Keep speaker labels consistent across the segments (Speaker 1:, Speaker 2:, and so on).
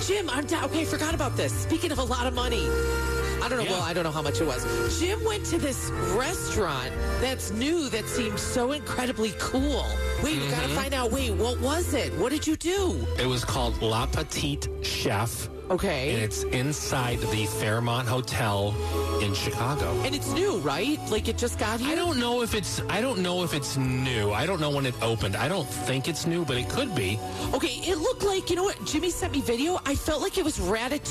Speaker 1: Jim, I'm down. Okay, I forgot about this. Speaking of a lot of money, I don't know. Well, I don't know how much it was. Jim went to this restaurant that's new that seemed so incredibly cool. Wait, we
Speaker 2: Mm-hmm.
Speaker 1: gotta find out. Wait, what was it? What did you do?
Speaker 2: It was called La Petite Chef, and
Speaker 1: Okay.
Speaker 2: it's inside the Fairmont Hotel in Chicago.
Speaker 1: And it's new, right? Like it just got here.
Speaker 2: I don't know if it's I don't know if it's new. I don't know when it opened. I don't think it's new, but it could be.
Speaker 1: Okay, it looked like you know what Jimmy sent me video. I felt like it was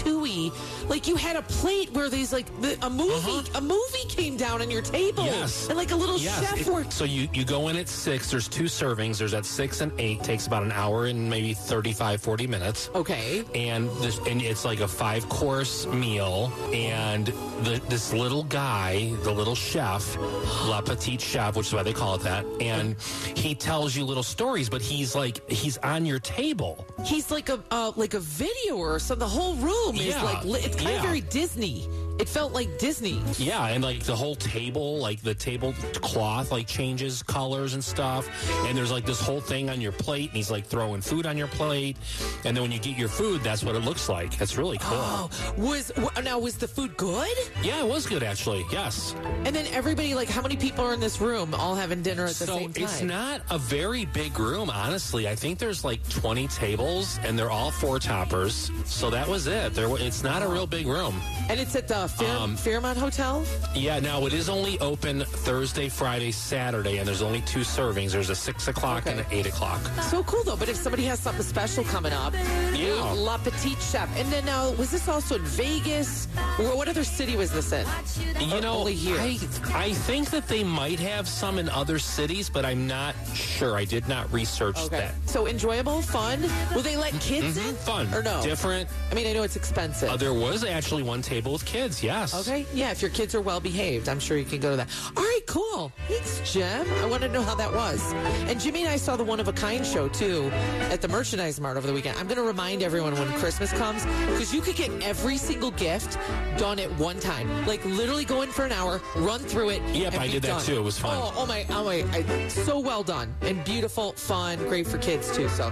Speaker 1: Ratatouille. Like you had a plate where these like the, a movie a movie came down on your table,
Speaker 2: Uh-huh. Yes.
Speaker 1: and like a little chef
Speaker 2: it-
Speaker 1: worked.
Speaker 2: so you you go in at 6, there's two servings. There's at 6 and 8 takes about an hour and maybe 35 40 minutes.
Speaker 1: Okay,
Speaker 2: and this and it's like a five course meal and the, this little guy the little chef la petite chef which is why they call it that and he tells you little stories but he's like he's on your table
Speaker 1: he's like a uh, like a video or something. The whole room is
Speaker 2: Yeah,
Speaker 1: like li- it's kind of
Speaker 2: yeah.
Speaker 1: very Disney. It felt like Disney.
Speaker 2: yeah and like the whole table like the table cloth like changes colors and stuff and there's like this whole thing on your plate and he's like throwing food on your plate and then when you get your food that's what it looks like it's really cool
Speaker 1: Oh, was wa- now was the food good?
Speaker 2: yeah it was good actually yes
Speaker 1: And then everybody like how many people are in this room all having dinner at the
Speaker 2: so
Speaker 1: same time?
Speaker 2: it's not a very big room, honestly. I think there's like 20 tables, and they're all four toppers. So that was it. There, wa- it's not a real big room.
Speaker 1: and it's at the Fair-
Speaker 2: Um,
Speaker 1: Fairmont Hotel.
Speaker 2: Yeah. Now it is only open Thursday, Friday, Saturday, and there's only two servings. There's a six o'clock and an
Speaker 1: Okay.
Speaker 2: eight o'clock.
Speaker 1: So cool though. But if somebody has something special coming up,
Speaker 2: Yeah.
Speaker 1: La Petite Chef. And then now, was this also in Vegas? Or what other city was this in?
Speaker 2: You know,
Speaker 1: only here.
Speaker 2: I I think that they might have some in other cities, but I'm not sure. I did not research that. Mm-hmm.
Speaker 1: So enjoyable, fun. Will they let kids in?
Speaker 2: Fun
Speaker 1: or no?
Speaker 2: different.
Speaker 1: I mean, I know it's expensive.
Speaker 2: Uh, there was actually one table with kids. Yes.
Speaker 1: okay. Yeah, if your kids are well behaved, I'm sure you can go to that. All right, cool. Thanks, Jim. I want to know how that was. And Jimmy and I saw the one of a kind show too at the merchandise mart over the weekend. I'm going to remind everyone when Christmas comes because you could get every single gift done at one time. Like literally go in for an hour, run through it.
Speaker 2: Yep,
Speaker 1: and
Speaker 2: I
Speaker 1: be
Speaker 2: did that
Speaker 1: done.
Speaker 2: too. It was fun.
Speaker 1: Oh, oh my, oh my, I, so well done and beautiful, fun, great for kids too. So.